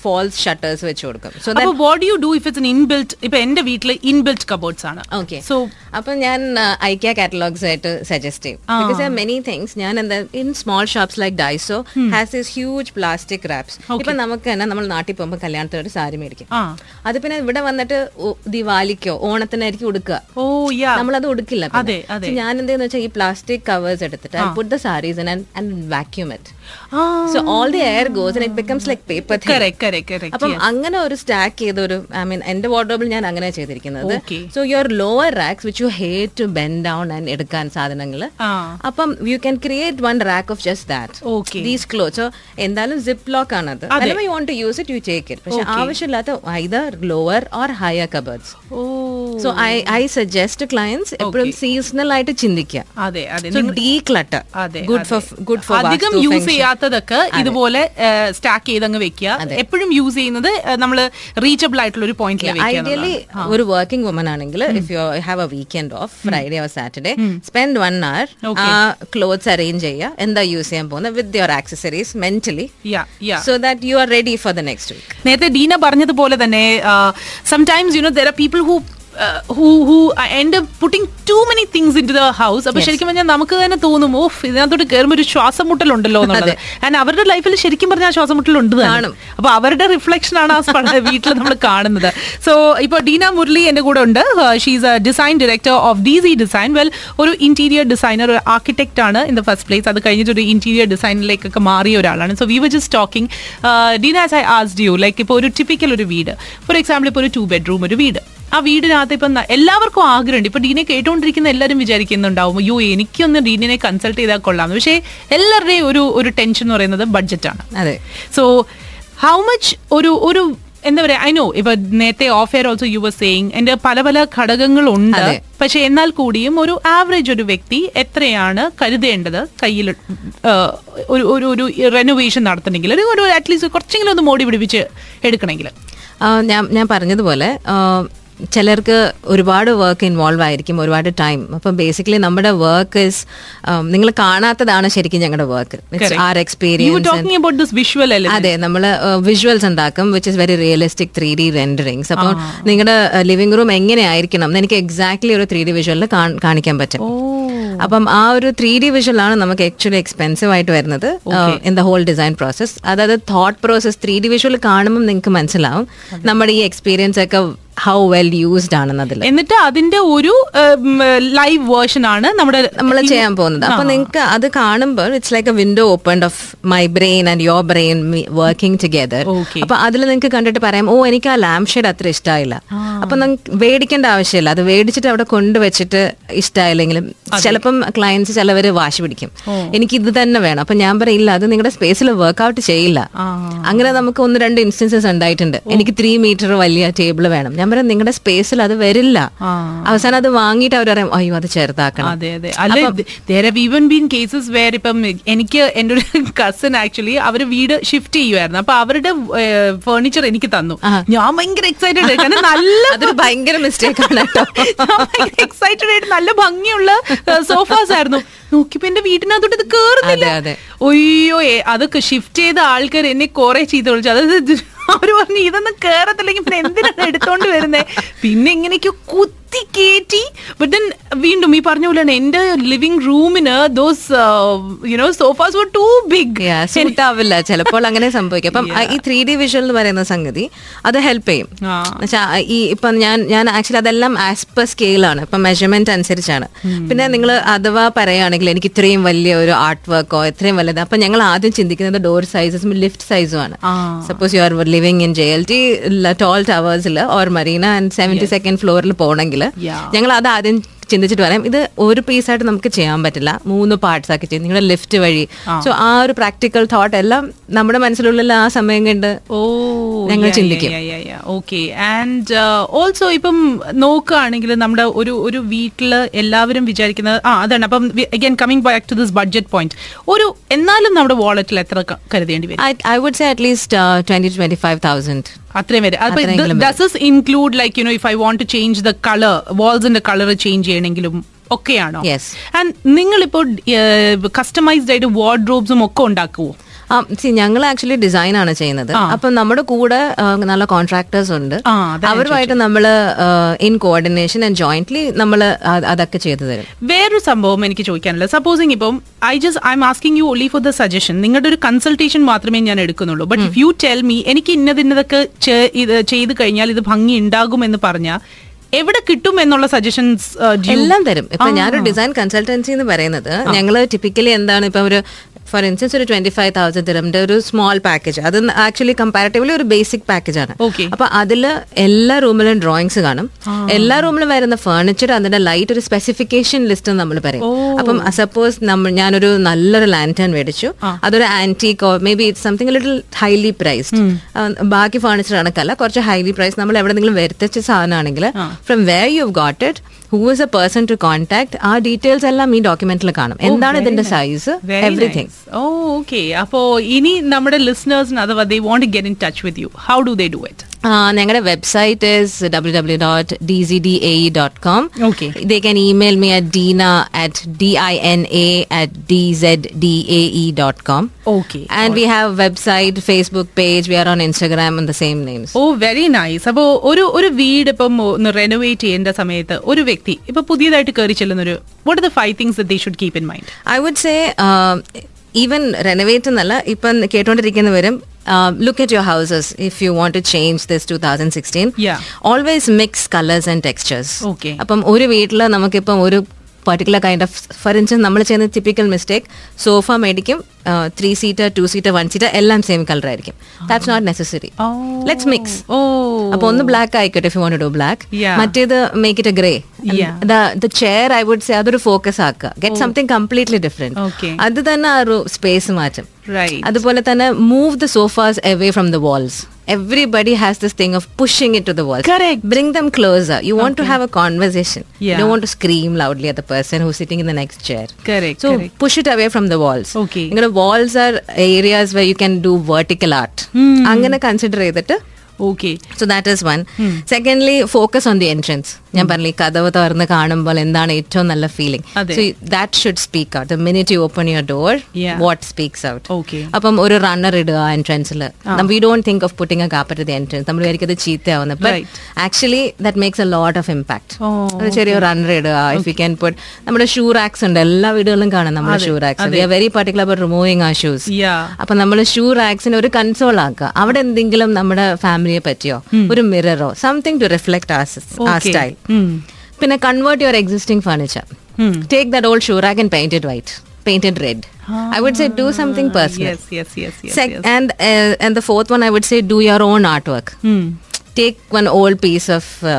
[SPEAKER 2] ഫോൾസ് ഷട്ടേഴ്സ് വെച്ച് കൊടുക്കും സോ
[SPEAKER 1] അപ്പൊ what you do if it's inbuilt ഇപ്പൊ എന്റെ വീട്ടില് ഇൻബിൽറ്റ് കബോർഡ്സ് ആണ്
[SPEAKER 2] ഓക്കെ
[SPEAKER 1] സോ
[SPEAKER 2] അപ്പൊ ഞാൻ ഐക്യ കാറ്റലോഗ്സ് ആയിട്ട് സജസ്റ്റ് ചെയ്യും
[SPEAKER 1] ആ.
[SPEAKER 2] ബിക്കോസ് മെനി തിങ്സ് ഞാൻ എന്താ in small shops like Daiso has this huge plastic wraps ഇപ്പൊ നമുക്ക് തന്നെ നമ്മൾ നാട്ടിൽ പോകുമ്പോൾ കല്യാണത്തിന് ഒരു സാരി മേടിക്കും
[SPEAKER 1] ആ
[SPEAKER 2] അത് പിന്നെ ഇവിടെ വന്നിട്ട് ഒ- ദിവാലിക്കോ ഓണത്തിനായിരിക്കും ഉടുക്കുക
[SPEAKER 1] ഓ യാ
[SPEAKER 2] നമ്മളത് ഉടുക്കില്ല
[SPEAKER 1] അതെ, അതെ.
[SPEAKER 2] ഞാൻ എന്തെന്ന് വെച്ചാൽ ഈ പ്ലാസ്റ്റിക് കവേഴ്സ് എടുത്തിട്ട് I put the saris and vacuum it so all the air goes it becomes like paper
[SPEAKER 1] correct correct correct
[SPEAKER 2] അപ്പം അങ്ങനെ ഒരു സ്റ്റാക്ക് ചെയ്ത ഒരു ഐ മീൻ എന്റെ വാർഡ്രോബിൽ ഞാൻ അങ്ങനെ ചെയ്തിരിക്കുന്നത്
[SPEAKER 1] Okay.
[SPEAKER 2] So your lower racks which you hate to bend down and എടുക്കാൻ സാധനങ്ങൾ
[SPEAKER 1] ആ
[SPEAKER 2] അപ്പം you can create one rack of just that
[SPEAKER 1] okay
[SPEAKER 2] these cloth so എന്തായാലും സിപ്പ് ലോക്ക് ആണത്
[SPEAKER 1] Oh, അതെ.
[SPEAKER 2] You want to use it you take it പക്ഷെ ആവശ്യമില്ലാത്ത either lower or higher cupboards
[SPEAKER 1] ഓ
[SPEAKER 2] so
[SPEAKER 1] Oh.
[SPEAKER 2] I I suggest clients എപ്പോഴും സീസണൽ ആയിട്ട് ചിന്തിക്കുക
[SPEAKER 1] അതെ അതെ
[SPEAKER 2] സോ
[SPEAKER 1] നിങ്ങൾ-
[SPEAKER 2] ഡീ ക്ലട്ടർ
[SPEAKER 1] അതെ
[SPEAKER 2] ഗുഡ് ഫോർ
[SPEAKER 1] അതെ.
[SPEAKER 2] ഗുഡ് ഫോർ
[SPEAKER 1] അധികം യൂസ് ചെയ്യാത്തതൊക്കെ ഇതുപോലെ സ്റ്റാക്ക് ചെയ്തങ്ങ് വെക്കുക എപ്പോഴും യൂസ് ചെയ്യുന്നത് നമ്മൾ റീച്ചബിൾ ആയിട്ടുള്ള ഒരു പോയിന്റിൽ
[SPEAKER 2] ഐഡിയലി ഒരു വർക്കിംഗ് വുമൻ ആണെങ്കിൽ if you have a weekend off Friday or Saturday spend one hour ആ ക്ലോത്ത്സ് അറേഞ്ച് ചെയ്യുക എന്താ യൂസ് ചെയ്യാൻ പോകുന്നത് with your accessories mentally
[SPEAKER 1] yeah yeah
[SPEAKER 2] so that you are ready for the next week
[SPEAKER 1] നേരത്തെ ഡീന പറഞ്ഞതുപോലെ തന്നെ sometimes you know there are people who who who end putting too many things into the house അപ്പൊ ശരിക്കും പറഞ്ഞാൽ നമുക്ക് തന്നെ തോന്നും ഓഫ് ഇതിനകത്തോട്ട് കയറുമ്പോൾ ഒരു ശ്വാസം മുട്ടലുണ്ടല്ലോ എന്നുള്ളത് ആൻഡ് അവരുടെ ലൈഫിൽ ശരിക്കും പറഞ്ഞാൽ ആ ശ്വാസം മുട്ടലുണ്ട് തന്നെ അപ്പൊ അവരുടെ റിഫ്ലക്ഷൻ ആണ് ആ സ്പ- വീട്ടിൽ നമ്മൾ കാണുന്നത് സോ ഇപ്പോൾ ഡീന മുരളി എൻ്റെ കൂടെ ഉണ്ട് Uh, she's a design director of D C design well ഒരു ഇന്റീരിയർ ഡിസൈനർ ഒരു ആർക്കിടെക്റ്റ് ആണ് ഇൻ ദ ഫസ്റ്റ് പ്ലേസ് അത് കഴിഞ്ഞിട്ട് ഒരു ഇന്റീരിയർ ഡിസൈനിലേക്കൊക്കെ മാറിയ ഒരാളാണ് so we were just talking Deena as I asked you like ഇപ്പോൾ ഒരു ടിപ്പിക്കൽ ഒരു വീട് ഫോർ എക്സാമ്പിൾ ഇപ്പോൾ ഒരു ടു ബെഡ്റൂം ഒരു വീട് ആ വീടിനകത്ത് ഇപ്പം ന- എല്ലാവർക്കും ആഗ്രഹമുണ്ട് ഇപ്പൊ ഡീനെ കേട്ടുകൊണ്ടിരിക്കുന്ന എല്ലാവരും വിചാരിക്കുന്നുണ്ടാവും അയ്യോ എനിക്കൊന്ന് ഡീനിനെ കൺസൾട്ട് ചെയ്താൽ കൊള്ളാം പക്ഷേ എല്ലാവരുടെയും ഒരു ഒരു ടെൻഷൻ എന്ന് പറയുന്നത് ബഡ്ജറ്റാണ്
[SPEAKER 2] അതെ
[SPEAKER 1] സോ ഹൗ മച്ച് ഒരു ഒരു എന്താ പറയാ ഐ നോ ഇപ്പൊ നേരത്തെ off air also you were saying എന്റെ പല പല ഘടകങ്ങളുണ്ട്
[SPEAKER 2] അതെ.
[SPEAKER 1] പക്ഷെ എന്നാൽ കൂടിയും ഒരു ആവറേജ് ഒരു വ്യക്തി എത്രയാണ് കരുതേണ്ടത് കയ്യിൽ ഒരു ഒരു ഒരു റെനോവേഷൻ നടത്തണമെങ്കിൽ ഒരു ഒരു അറ്റ്ലീസ്റ്റ് കുറച്ചെങ്കിലും ഒന്ന് മോടി പിടിപ്പിച്ച് എടുക്കണമെങ്കിൽ
[SPEAKER 2] ആ, ഞാൻ ഞാൻ പറഞ്ഞതുപോലെ ആ, ചിലർക്ക് ഒരുപാട് വർക്ക് ഇൻവോൾവ് ആയിരിക്കും ഒരുപാട് ടൈം അപ്പം ബേസിക്കലി നമ്മുടെ വർക്ക് ഇസ് നിങ്ങൾ കാണാത്തതാണ് ശരിക്കും ഞങ്ങളുടെ work are
[SPEAKER 1] you
[SPEAKER 2] experience
[SPEAKER 1] talking about this visual അല്ലേ
[SPEAKER 2] അതെ നമ്മൾ വിഷ്വൽസ് ഉണ്ടാക്കും which is very realistic three D renderings അപ്പോൾ നിങ്ങളുടെ ലിവിംഗ് റൂം എങ്ങനെയായിരിക്കണം എന്ന് എനിക്ക് എക്സാക്ട്ലി ഒരു ത്രീ ഡി വിഷ്വലിൽ കാണിക്കാൻ പറ്റും അപ്പം ആ ഒരു ത്രീ ഡി വിഷ്വൽ ആണ് നമുക്ക് ആക്ച്വലി എക്സ്പെൻസീവ് ആയിട്ട് വരുന്നത് in the whole design process അതായത് thought process three D visual കാണുമ്പോൾ നിങ്ങൾക്ക് മനസ്സിലാവും നമ്മുടെ ഈ എക്സ്പീരിയൻസ് ഒക്കെ ഹൗ വെൽ യൂസ്ഡ് ആണെന്ന് അതിൽ
[SPEAKER 1] എന്നിട്ട് അതിന്റെ ഒരു ലൈവ് വേർഷൻ ആണ് നമ്മുടെ
[SPEAKER 2] നമ്മൾ ചെയ്യാൻ പോകുന്നത് അപ്പൊ നിങ്ങൾക്ക് അത് കാണുമ്പോൾ it's like a window open of my brain and your brain working together
[SPEAKER 1] Okay.
[SPEAKER 2] അപ്പൊ അതിൽ നിങ്ങൾക്ക് കണ്ടിട്ട് പറയാം ഓ എനിക്ക് ആ ലാംപ് ഷെയ്ഡ് അത്ര ഇഷ്ടമായില്ല അപ്പൊ നിങ്ങൾക്ക് വേടിക്കേണ്ട ആവശ്യമില്ല അത് വേടിച്ചിട്ട് അവിടെ കൊണ്ടുവച്ചിട്ട് ഇഷ്ടമായില്ലെങ്കിലും ചിലപ്പം ക്ലയൻസ് ചിലവര് വാശി പിടിക്കും എനിക്ക് ഇത് തന്നെ വേണം അപ്പൊ ഞാൻ പറയില്ല അത് നിങ്ങളുടെ സ്പേസിൽ വർക്ക്ഔട്ട് ചെയ്യില്ല
[SPEAKER 1] ആ.
[SPEAKER 2] അങ്ങനെ നമുക്ക് ഒന്ന് രണ്ട് ഇൻസ്റ്റൻസസ് ഉണ്ടായിട്ടുണ്ട് എനിക്ക് ത്രീ മീറ്റർ വലിയ ടേബിൾ വേണം ഞാൻ ഞാൻ പറയാം നിങ്ങളുടെ സ്പേസിൽ അത് വരില്ല
[SPEAKER 1] ആ.
[SPEAKER 2] അവസാനം അത് വാങ്ങിയിട്ട് അവർ പറയും അയ്യോ അത് ചെറുതാക്കണം
[SPEAKER 1] അതെ അതെ അല്ല there have even been cases where ഇപ്പം എനിക്ക് എൻ്റെ ഒരു കസിൻ ആക്ച്വലി അവര് വീട് ഷിഫ്റ്റ് ചെയ്യുമായിരുന്നു അപ്പൊ അവരുടെ ഫേർണിച്ചർ എനിക്ക് തന്നു ഞാൻ ഭയങ്കര എക്സൈറ്റഡ് ആയി കാരണം നല്ല
[SPEAKER 2] അതൊരു ഭയങ്കര മിസ്റ്റേക്ക് ആണ് കേട്ടോ
[SPEAKER 1] എക്സൈറ്റഡ് ആയിട്ട് നല്ല ഭംഗിയുള്ള സോഫാസ് ആയിരുന്നു നോക്കിയപ്പോ എന്റെ വീട്ടിനകത്തോട്ട് ഇത്
[SPEAKER 2] അതെ
[SPEAKER 1] കേറുന്നില്ല
[SPEAKER 2] അതെ
[SPEAKER 1] ഒയ്യോ ഏ, അതൊക്കെ ഷിഫ്റ്റ് ചെയ്ത ആൾക്കാർ എന്നെ കുറെ ചീത്ത വിളിച്ചു അതായത് അവര് പറഞ്ഞു ഇതൊന്നും കേറത്തില്ലെങ്കിൽ പിന്നെ എന്തിനാണ് എടുത്തോണ്ട് വരുന്നേ പിന്നെ ഇങ്ങനെയൊക്കെ കുത്തി കേറ്റി ബട്ട് ദെൻ വീണ്ടും ഈ പറഞ്ഞ പോലെയാണ് എന്റെ ലിവിംഗ് റൂമിന് those you know sofas were too big
[SPEAKER 2] Yeah, suit ആവില്ല ചിലപ്പോൾ അങ്ങനെ സംഭവിക്കും അപ്പം ആ, ഈ ത്രീ ഡി വിഷ്വൽ എന്ന് പറയുന്ന സംഗതി അത് ഹെൽപ്പ് ചെയ്യും
[SPEAKER 1] ആ.
[SPEAKER 2] എന്നുവെച്ചാ, ആ, ഈ ഇപ്പം ഞാൻ ഞാൻ ആക്ച്വലി അതെല്ലാം ആസ് പെർ സ്കെയിലാണ് ഇപ്പം മെഷർമെന്റ് അനുസരിച്ചാണ്
[SPEAKER 1] Hmm.
[SPEAKER 2] പിന്നെ നിങ്ങൾ അഥവാ പറയുകയാണെങ്കിൽ എനിക്ക് ഇത്രയും വലിയ ഒരു ആർട്ട് വർക്കോ ഇത്രയും വലുത് അപ്പം ഞങ്ങൾ ആദ്യം ചിന്തിക്കുന്നത് ഡോർ സൈസസും ലിഫ്റ്റ് സൈസും ആണ്
[SPEAKER 1] ആ.
[SPEAKER 2] Suppose you are living in J L T tall ടവേഴ്സിൽ or Marina and seventy second ഫ്ലോറിൽ പോകണമെങ്കിൽ
[SPEAKER 1] Yeah.
[SPEAKER 2] ഞങ്ങൾ അത് ആദ്യം ചിന്തിച്ചിട്ട് പറയാം ഇത് ഒരു പീസായിട്ട് നമുക്ക് ചെയ്യാൻ പറ്റില്ല മൂന്ന് പാർട്സ് ആക്കി ചെയ്യും നിങ്ങളുടെ ലിഫ്റ്റ് വഴി സോ ആ ഒരു പ്രാക്ടിക്കൽ തോട്ട് എല്ലാം നമ്മുടെ മനസ്സിലുള്ള ആ സമയം കണ്ട്
[SPEAKER 1] ഓ
[SPEAKER 2] ഞങ്ങൾ ചിന്തിക്കും.
[SPEAKER 1] ഓക്കെ ആൻഡ് ഓൾസോ uh, ഇപ്പം നോക്കുകയാണെങ്കിൽ നമ്മുടെ ഒരു ഒരു വീട്ടിൽ എല്ലാവരും വിചാരിക്കുന്നത് ആ അതാണ് അപ്പം again coming back to this budget point ഒരു എന്നാലും നമ്മുടെ വാളറ്റിൽ എത്ര ക- കരുതേണ്ടി വരും
[SPEAKER 2] I would say at least twenty twenty five thousand
[SPEAKER 1] അത്രയും വരെ അപ്പൊ
[SPEAKER 2] അത്രയെങ്കിലും
[SPEAKER 1] does is include like you know if I want to change the colour വാൾസിന്റെ കളർ ചേഞ്ച് ചെയ്യണമെങ്കിലും ഒക്കെയാണോ
[SPEAKER 2] Yes.
[SPEAKER 1] ആൻഡ് നിങ്ങളിപ്പോൾ കസ്റ്റമൈസ്ഡ് ആയിട്ട് വാർഡ്രോബ്സും ഒക്കെ ഉണ്ടാക്കുവോ
[SPEAKER 2] സി ഞങ്ങൾ ആക്ച്വലി ഡിസൈൻ ആണ് ചെയ്യുന്നത്
[SPEAKER 1] ആ.
[SPEAKER 2] അപ്പം നമ്മുടെ കൂടെ ആ, നല്ല കോൺട്രാക്ടേഴ്സ് ഉണ്ട്
[SPEAKER 1] ആ, അതാ ഞാൻ
[SPEAKER 2] അവരുമായിട്ട് നമ്മൾ ഇൻ കോർഡിനേഷൻ ആൻഡ് ജോയിന്റ്ലി നമ്മൾ അതൊക്കെ ചെയ്തു തരും
[SPEAKER 1] വേറൊരു സംഭവം എനിക്ക് ചോദിക്കാനുള്ളത് സപ്പോസിങ് ഇപ്പം I just I'm asking you only for the suggestion നിങ്ങളുടെ ഒരു കൺസൾട്ടേഷൻ മാത്രമേ ഞാൻ എടുക്കുന്നുള്ളൂ but if you tell me എനിക്ക് ഇന്നത് ഇന്നതൊക്കെ ചെ- ഇത് ചെയ്ത് കഴിഞ്ഞാൽ ഇത് ഭംഗി ഉണ്ടാകും എന്ന് പറഞ്ഞാൽ എവിടെ കിട്ടും എന്നുള്ള uh, സജഷൻസ്
[SPEAKER 2] എല്ലാം തരും ഇപ്പൊ ഞാനൊരു ഡിസൈൻ കൺസൾട്ടൻസി എന്ന് പറയുന്നത് ഞങ്ങൾ ടിപ്പിക്കലി എന്താണ് ഇപ്പൊ ഒരു ഫോർ ഇൻസ്റ്റൻസ് ഒരു ട്വന്റി ഫൈവ് തൗസൻഡ് ദിറമിന്റെ ഒരു സ്മോൾ പാക്കേജ് അത് ആക്ച്വലി കമ്പാരിറ്റീവ്ലി ഒരു ബേസിക് പാക്കേജ് ആണ്
[SPEAKER 1] Okay.
[SPEAKER 2] അപ്പൊ അതിൽ എല്ലാ റൂമിലും ഡ്രോയിങ്സ് കാണും എല്ലാ റൂമിലും വരുന്ന ഫർണിച്ചർ അതിന്റെ ലൈറ്റ് ഒരു സ്പെസിഫിക്കേഷൻ ലിസ്റ്റ് നമ്മൾ പറയും അപ്പം സപ്പോസ് നമ്മൾ ഞാനൊരു നല്ലൊരു ലാൻറ്റേൺ മേടിച്ചു അതൊരു ആന്റീക്കോ maybe it something little highly priced ബാക്കി ഫർണിച്ചർ കണക്കല്ല കുറച്ച് ഹൈലി പ്രൈസ് നമ്മൾ എവിടെയെങ്കിലും വരുത്തിച്ച സാധനമാണെങ്കിൽ from where you got it who is a person to contact ആ ഡീറ്റെയിൽസ് എല്ലാം ഈ ഡോക്യുമെന്റിൽ കാണും എന്താണ് ഇതിന്റെ സൈസ് എവറിഥിങ്
[SPEAKER 1] ഓ ഓക്കെ Oh, അപ്പോ ഇനി നമ്മുടെ ലിസണേഴ്സിന് അഥവാ they want get in touch with you how do they do it
[SPEAKER 2] ഞങ്ങളുടെ website is W W dot D C D A dot com
[SPEAKER 1] Okay.
[SPEAKER 2] They can email me at Deena at D I N A at D Z D A E dot com
[SPEAKER 1] okay
[SPEAKER 2] E And we have website, Facebook page. We are on Instagram on the same names.
[SPEAKER 1] Oh very nice അപ്പോ ഒരു ഒരു വീട് ഇപ്പം ഒന്ന് റെനോവേറ്റ് ചെയ്യേണ്ട സമയത്ത് ഒരു വ്യക്തി ഇപ്പൊ പുതിയതായിട്ട് കയറി ചെല്ലുന്ന ഒരു what the five things they should keep in mind
[SPEAKER 2] I would say uh, even renovate എന്നല്ല ഇപ്പം uh, കേട്ടോണ്ടിരിക്കുന്നവരും look at your houses if you want to change this two thousand sixteen
[SPEAKER 1] Yeah.
[SPEAKER 2] Always mix colours and textures
[SPEAKER 1] Okay.
[SPEAKER 2] അപ്പം ഒരു വീട്ടിൽ നമുക്കിപ്പം ഒരു particular kind of for instance നമ്മൾ ചെയ്യുന്ന ടിപ്പിക്കൽ മിസ്റ്റേക്ക് സോഫ മേടിക്കും three seater two seater one seater എല്ലാം സെയിം കളർ ആയിരിക്കും that's not necessary let's mix
[SPEAKER 1] oh
[SPEAKER 2] അപ്പൊ ഒന്ന് ബ്ലാക്ക് ആയിക്കോട്ടെ if you want to black
[SPEAKER 1] Yeah.
[SPEAKER 2] മറ്റേത് make it a grey
[SPEAKER 1] Yeah. Oh.
[SPEAKER 2] The chair I would say അതൊരു ഫോക്കസ് ആക്കുക get something completely different
[SPEAKER 1] Okay.
[SPEAKER 2] അത് തന്നെ ആ ഒരു സ്പേസ് മാറ്റും
[SPEAKER 1] റൈറ്റ്
[SPEAKER 2] അതുപോലെ തന്നെ move the sofas away from the walls everybody has this thing of pushing it to the walls
[SPEAKER 1] Correct.
[SPEAKER 2] Bring them closer you want to have a conversation
[SPEAKER 1] Yeah.
[SPEAKER 2] You want to scream loudly at the person who sitting in the next chair
[SPEAKER 1] correct
[SPEAKER 2] so push it away from the walls
[SPEAKER 1] Okay.
[SPEAKER 2] നിങ്ങളുടെ walls are areas where you can do vertical art
[SPEAKER 1] Hmm.
[SPEAKER 2] അങ്ങനെ കൺസിഡർ ചെയ്തിട്ട്
[SPEAKER 1] okay
[SPEAKER 2] so that is one
[SPEAKER 1] Hmm.
[SPEAKER 2] Secondly focus on the entrance ഞാൻ പറഞ്ഞു ഈ കഥവ് തുറന്ന് കാണുമ്പോൾ എന്താണ് ഏറ്റവും നല്ല ഫീലിംഗ്
[SPEAKER 1] അതെ.
[SPEAKER 2] So that should speak out minute you open your door
[SPEAKER 1] Yeah.
[SPEAKER 2] What speaks out
[SPEAKER 1] okay
[SPEAKER 2] അപ്പം ഒരു റണ്ണർ ഇടുക എൻട്രൻസിൽ we don't think of putting a carpet the entrance നമ്മൾ വിചാരിക്കും ഇത് ചീത്തയാവുന്നത് but
[SPEAKER 1] Right.
[SPEAKER 2] Actually that makes a lot of impact
[SPEAKER 1] oh,
[SPEAKER 2] ഒരു ചെറിയ റണ്ണർ ഇടുക ഇഫ് യു ക്യാൻ പുട്ട് നമ്മുടെ ഷൂ റാക്സ് ഉണ്ട് എല്ലാ വീടുകളിലും കാണാം നമ്മുടെ shoe racks we are very particular about removing ആ ഷൂസ്
[SPEAKER 1] യാ
[SPEAKER 2] അപ്പൊ നമ്മൾ ഷൂ റാക്സിന് ഒരു കൺസോൾ ആക്കുക അവിടെ എന്തെങ്കിലും നമ്മുടെ ഫാമിലിയെ പറ്റിയോ ഒരു മിററോ സംതിങ് ടു റിഫ്ലക്ട് ആ സ്റ്റൈൽ പിന്നെ convert your existing furniture take the old shoe rack and painted white painted red I would say do something personal
[SPEAKER 1] yes yes yes
[SPEAKER 2] and and the fourth one I would say do your own art work
[SPEAKER 1] yes
[SPEAKER 2] take one old piece of uh,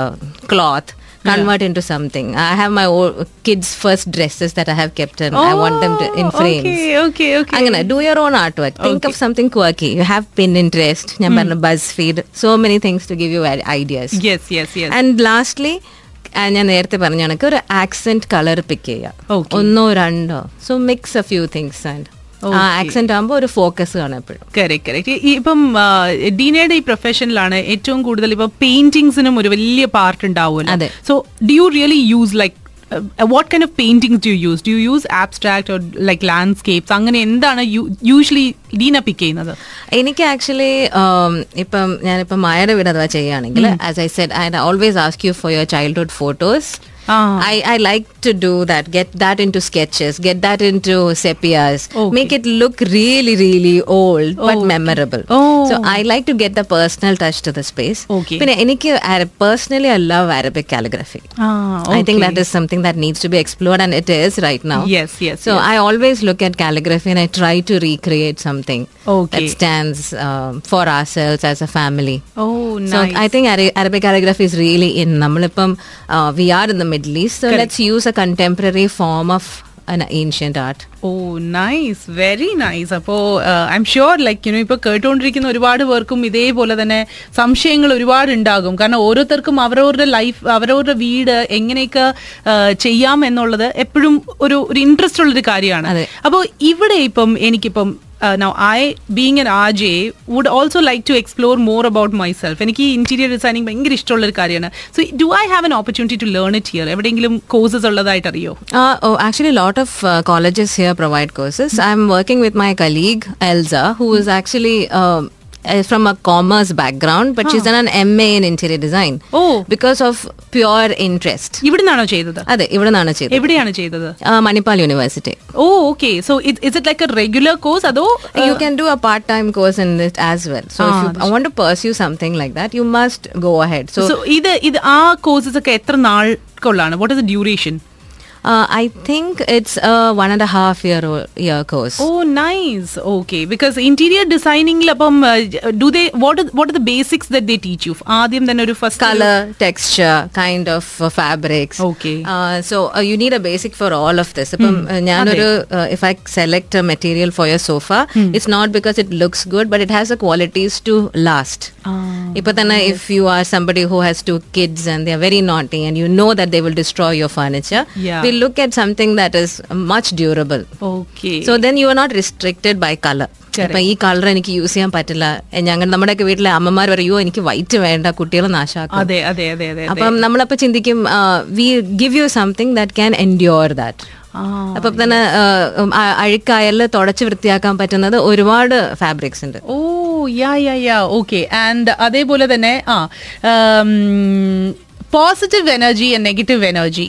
[SPEAKER 2] cloth convert into something. I have my old kids' first dresses that I have kept and I want them to, in
[SPEAKER 1] Oh,
[SPEAKER 2] frames.
[SPEAKER 1] okay, okay, okay.
[SPEAKER 2] അങ്ങനെ do your own art work think of something quirky you have Pinterest
[SPEAKER 1] Hmm.
[SPEAKER 2] ഞാൻ പറഞ്ഞു BuzzFeed so many things to give you ideas
[SPEAKER 1] yes yes yes
[SPEAKER 2] and lastly ഞാൻ നേരത്തെ പറഞ്ഞ കണക്ക് ഒരു ആക്സെന്റ് കളർ പിക്ക് ചെയ്യുക
[SPEAKER 1] Okay.
[SPEAKER 2] ഒന്നോ രണ്ടോ so mix a few things and ആ ആക്സെന്റ് ആകുമ്പോൾ ഒരു ഫോക്കസ് കാണും എപ്പോഴും
[SPEAKER 1] കറക്റ്റ് കറക്റ്റ് ഇപ്പം ആ, ഡീനയുടെ ഈ പ്രൊഫഷനിലാണ് ഏറ്റവും കൂടുതൽ ഇപ്പം പെയിന്റിങ്സിനും ഒരു വലിയ പാർട്ട് ഉണ്ടാവുമല്ലോ
[SPEAKER 2] അതെ.
[SPEAKER 1] So do you really use like what kind of paintings do use do use abstract or like landscapes അങ്ങനെ എന്താണ് യൂഷ്വലി ഡീന പിക്ക് ചെയ്യുന്നത്
[SPEAKER 2] എനിക്ക് ആക്ച്വലി ഇപ്പം ഞാനിപ്പം മായയുടെ വീട് അഥവാ ചെയ്യുകയാണെങ്കിൽ as I said I always ask you for your childhood photos
[SPEAKER 1] ആ.
[SPEAKER 2] I I like to do that get that into sketches get that into sepias
[SPEAKER 1] Okay.
[SPEAKER 2] Make it look really really old but memorable
[SPEAKER 1] Oh.
[SPEAKER 2] So I like to get the personal touch to the space
[SPEAKER 1] Okay.
[SPEAKER 2] പിന്നെ എനിക്ക് personally I love Arabic calligraphy I think that is something that needs to B explored and it is right now
[SPEAKER 1] yes yes
[SPEAKER 2] So I always look at calligraphy and I try to recreate something
[SPEAKER 1] Okay.
[SPEAKER 2] that stands um, for ourselves as a family.
[SPEAKER 1] Oh
[SPEAKER 2] So I think Ara- Arabic calligraphy is really in Namalipam. Uh, we are in the Middle East, so let's use a contemporary form of an ancient art.
[SPEAKER 1] Oh nice very nice അപ്പോൾ I'm sure like you know ഇപ്പോൾ കേട്ടുകൊണ്ടിരിക്കുന്ന ഒരുപാട് പേർക്കും ഇതേപോലെ തന്നെ സംശയങ്ങൾ ഒരുപാട് ഉണ്ടാകും കാരണം ഓരോരുത്തർക്കും അവരവരുടെ ലൈഫ് അവരവരുടെ വീട് എങ്ങനെയൊക്കെ ആ, ചെയ്യാം എന്നുള്ളത് എപ്പോഴും ഒരു ഒരു ഇൻട്രസ്റ്റ് ഉള്ളൊരു കാര്യമാണ്
[SPEAKER 2] അതെ.
[SPEAKER 1] അപ്പോൾ ഇവിടെ ഇപ്പം എനിക്കിപ്പം uh, now I being N R J would also like to explore more about myself എനിക്ക് ഈ ഇന്റീരിയർ ഡിസൈനിങ് ഭയങ്കര ഇഷ്ടമുള്ള ഒരു കാര്യമാണ് so do I have an opportunity to learn it here എവിടെയെങ്കിലും കോഴ്സസ് ഉള്ളതായിട്ട് അറിയോ
[SPEAKER 2] Uh, oh, actually, a lot of uh, colleges here provide courses.
[SPEAKER 1] Hmm.
[SPEAKER 2] I'm working with my colleague Elza, who is actually um, uh, from a commerce background, but she's done an MA in interior design
[SPEAKER 1] Oh.
[SPEAKER 2] because of pure interest.
[SPEAKER 1] ഇവിടുന്നാണോ ചെയ്തത്
[SPEAKER 2] അതെ ഇവിടെ നിന്നാണ് ചെയ്തത്
[SPEAKER 1] എവിടെയാണ് ചെയ്തത്
[SPEAKER 2] Manipal university
[SPEAKER 1] oh okay so is it like a regular course അതോ
[SPEAKER 2] you can do a part time course in that as well so I want to pursue something like that you must go ahead so
[SPEAKER 1] so ഇത് ഇത് ആ കോഴ്സസ് ഒക്കെ എത്ര നാൾക്കുള്ളാണ് what is duration
[SPEAKER 2] I think it's one and half year year course
[SPEAKER 1] oh nice okay because interior ഡിസൈനിങ്ങിൽ അപ്പം do they what what the basics that they teach you ആദ്യം തന്നെ ഒരു first
[SPEAKER 2] colour texture kind of fabrics
[SPEAKER 1] Okay.
[SPEAKER 2] So you need a basic for all of this ഇപ്പം uh, ഞാനൊരു if I select material for your sofa it's not because it looks good but it has a qualities to last Mm-hmm. ഇപ്പൊ തന്നെ if you are somebody who has two kids and they are very naughty and you know that they will destroy your furniture
[SPEAKER 1] Yeah.
[SPEAKER 2] Will look at something that is much durable
[SPEAKER 1] okay
[SPEAKER 2] so then you are not restricted by colour ഇപ്പൊ ഈ കളർ എനിക്ക് യൂസ് ചെയ്യാൻ പറ്റില്ല എ, ഞങ്ങൾ നമ്മുടെയൊക്കെ വീട്ടിലെ അമ്മമാർ പറയോ എനിക്ക് വൈറ്റ് വേണ്ട കുട്ടികളെ നാശാക്കും
[SPEAKER 1] അതെ അതെ അതെ അതെ അതെ
[SPEAKER 2] അപ്പം നമ്മളപ്പോ ചിന്തിക്കും we give you something that can endure that
[SPEAKER 1] ആ
[SPEAKER 2] അപ്പൊ തന്നെ അഴുക്കായല് തുടച്ച് വൃത്തിയാക്കാൻ പറ്റുന്നത് ഒരുപാട് ഫാബ്രിക്സ് ഉണ്ട്
[SPEAKER 1] oh yeah yeah yeah okay and അതേപോലെ തന്നെ ആ positive energy and negative energy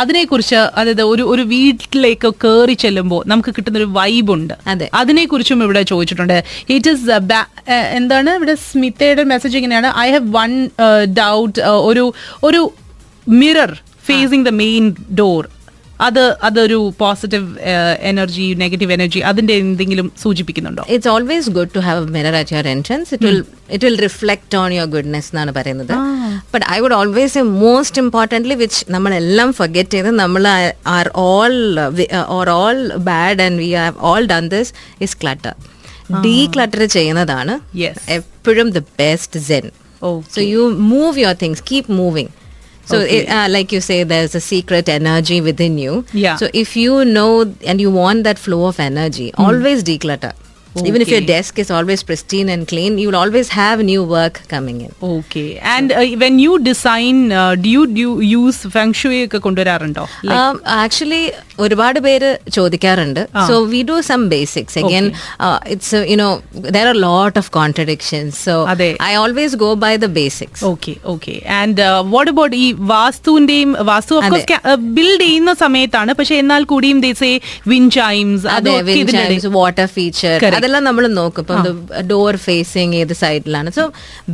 [SPEAKER 1] അതിനെക്കുറിച്ച് അതായത് ഒരു ഒരു വീട്ടിലേക്ക് കയറി ചെല്ലുമ്പോൾ നമുക്ക് കിട്ടുന്ന ഒരു വൈബ് ഉണ്ട്
[SPEAKER 2] അതെ.
[SPEAKER 1] അതിനെക്കുറിച്ചും ഇവിടെ ചോദിച്ചിട്ടുണ്ട് ഇറ്റ് ഇസ് എന്താണ് ഇവിടെ സ്മിതയുടെ മെസ്സേജ് ഇങ്ങനെയാണ് ഐ ഹാവ് വൺ ഡൗട്ട് ഒരു ഒരു mirror facing the main door അത് അതൊരു പോസിറ്റീവ് എനർജി നെഗറ്റീവ് എനർജി അതിന്റെ എന്തെങ്കിലും സൂചിപ്പിക്കുന്നുണ്ടോ
[SPEAKER 2] it's always good to have a mirror at your entrance it will it will reflect on your goodness എന്നാണ് പറയുന്നത് but I would always most importantly which നമ്മളെല്ലാം ഫർഗറ്റ് ചെയ്ത് നമ്മൾ are all or all bad and we have all done this is clutter declutter ചെയ്യുന്നതാണ്
[SPEAKER 1] Yes.
[SPEAKER 2] എപ്പോഴും the best Sen
[SPEAKER 1] Oh,
[SPEAKER 2] So you move your things, keep moving. So, it, uh, like you say, there's a secret energy within you.
[SPEAKER 1] Yeah.
[SPEAKER 2] So, if you know and you want that flow of energy,
[SPEAKER 1] Hmm.
[SPEAKER 2] always declutter. Even if your desk is always pristine and clean, you'll always have new work coming in.
[SPEAKER 1] okay. And uh, when you design, uh, do you do you use feng shui ഒക്കെ കൊണ്ടുവരാറുണ്ടോ
[SPEAKER 2] Um, ആക്ച്വലി ഒരുപാട് പേര് ചോദിക്കാറുണ്ട് so we do some basics again it's you know there are lot of contradictions so
[SPEAKER 1] അതെ.
[SPEAKER 2] I always go by the basics
[SPEAKER 1] okay okay and what about uh, ഈ വാസ്തുവിന്റെയും വാസ്തു ബിൽഡ് ചെയ്യുന്ന സമയത്താണ് പക്ഷെ എന്നാൽ കൂടിയും ദേ സേ വിൻ ചൈംസ്
[SPEAKER 2] അതെ
[SPEAKER 1] അതൊക്കെ ഇതിനിടെ
[SPEAKER 2] വാട്ടർ ഫീച്ചർ
[SPEAKER 1] Correct.
[SPEAKER 2] അത് അതെല്ലാം നമ്മൾ നോക്കും ഇപ്പം ഡോർ ഫേസിങ് ഏത് സൈഡിലാണ് സോ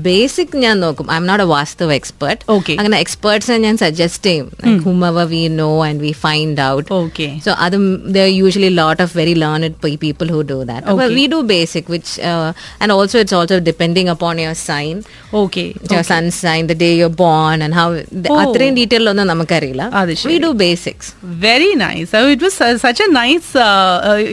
[SPEAKER 2] ബേസിക് ഞാൻ നോക്കും ഐ എം നോട്ട് എ വാസ്തവ എക്സ്പെർട്ട്
[SPEAKER 1] Okay.
[SPEAKER 2] അങ്ങനെ എക്സ്പേർട്സിനെ ഞാൻ സജസ്റ്റ് ചെയ്യും however we know and we find out
[SPEAKER 1] okay
[SPEAKER 2] So അതും there are usually a lot of very learned pe- people who do that. But we do basic, which uh, and also it's also depending upon your sign,
[SPEAKER 1] okay
[SPEAKER 2] your sun sign, the day you're born, and how.
[SPEAKER 1] Oh.
[SPEAKER 2] അത്രയും ഡീറ്റെയിൽ ഒന്നും നമുക്കറിയില്ല
[SPEAKER 1] അത്
[SPEAKER 2] we do basics
[SPEAKER 1] very nice it was such a nice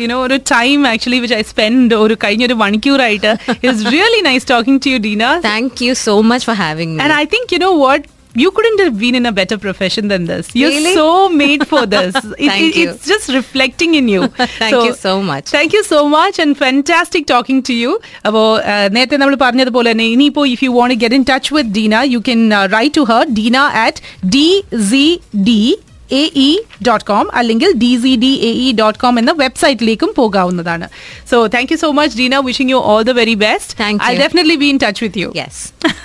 [SPEAKER 1] you know uh, ഒരു time actually which I spend ഒരു കഴിഞ്ഞ ഒരു മണിക്കൂറായിട്ട് it's really nice talking to you Deena
[SPEAKER 2] thank you so much for having
[SPEAKER 1] Hmm. And I think you know what. You couldn't have been in a better profession than this. You're
[SPEAKER 2] Really?
[SPEAKER 1] so made for this. It-
[SPEAKER 2] Thank
[SPEAKER 1] it-
[SPEAKER 2] you.
[SPEAKER 1] It's just reflecting in you.
[SPEAKER 2] Thank you so much.
[SPEAKER 1] Thank you so much and fantastic talking to you അപ്പോൾ നേരത്തെ നമ്മൾ പറഞ്ഞതുപോലെ തന്നെ ഇനിയിപ്പോൾ if you want get in touch with Deena you can write to her Deena at D C D A E dot com E അല്ലെങ്കിൽ D C D A E dot com E എന്ന വെബ്സൈറ്റിലേക്കും പോകാവുന്നതാണ് so thank you so much Deena wishing you all the very best
[SPEAKER 2] Thank
[SPEAKER 1] I
[SPEAKER 2] you.
[SPEAKER 1] Definitely be in touch with you
[SPEAKER 2] yes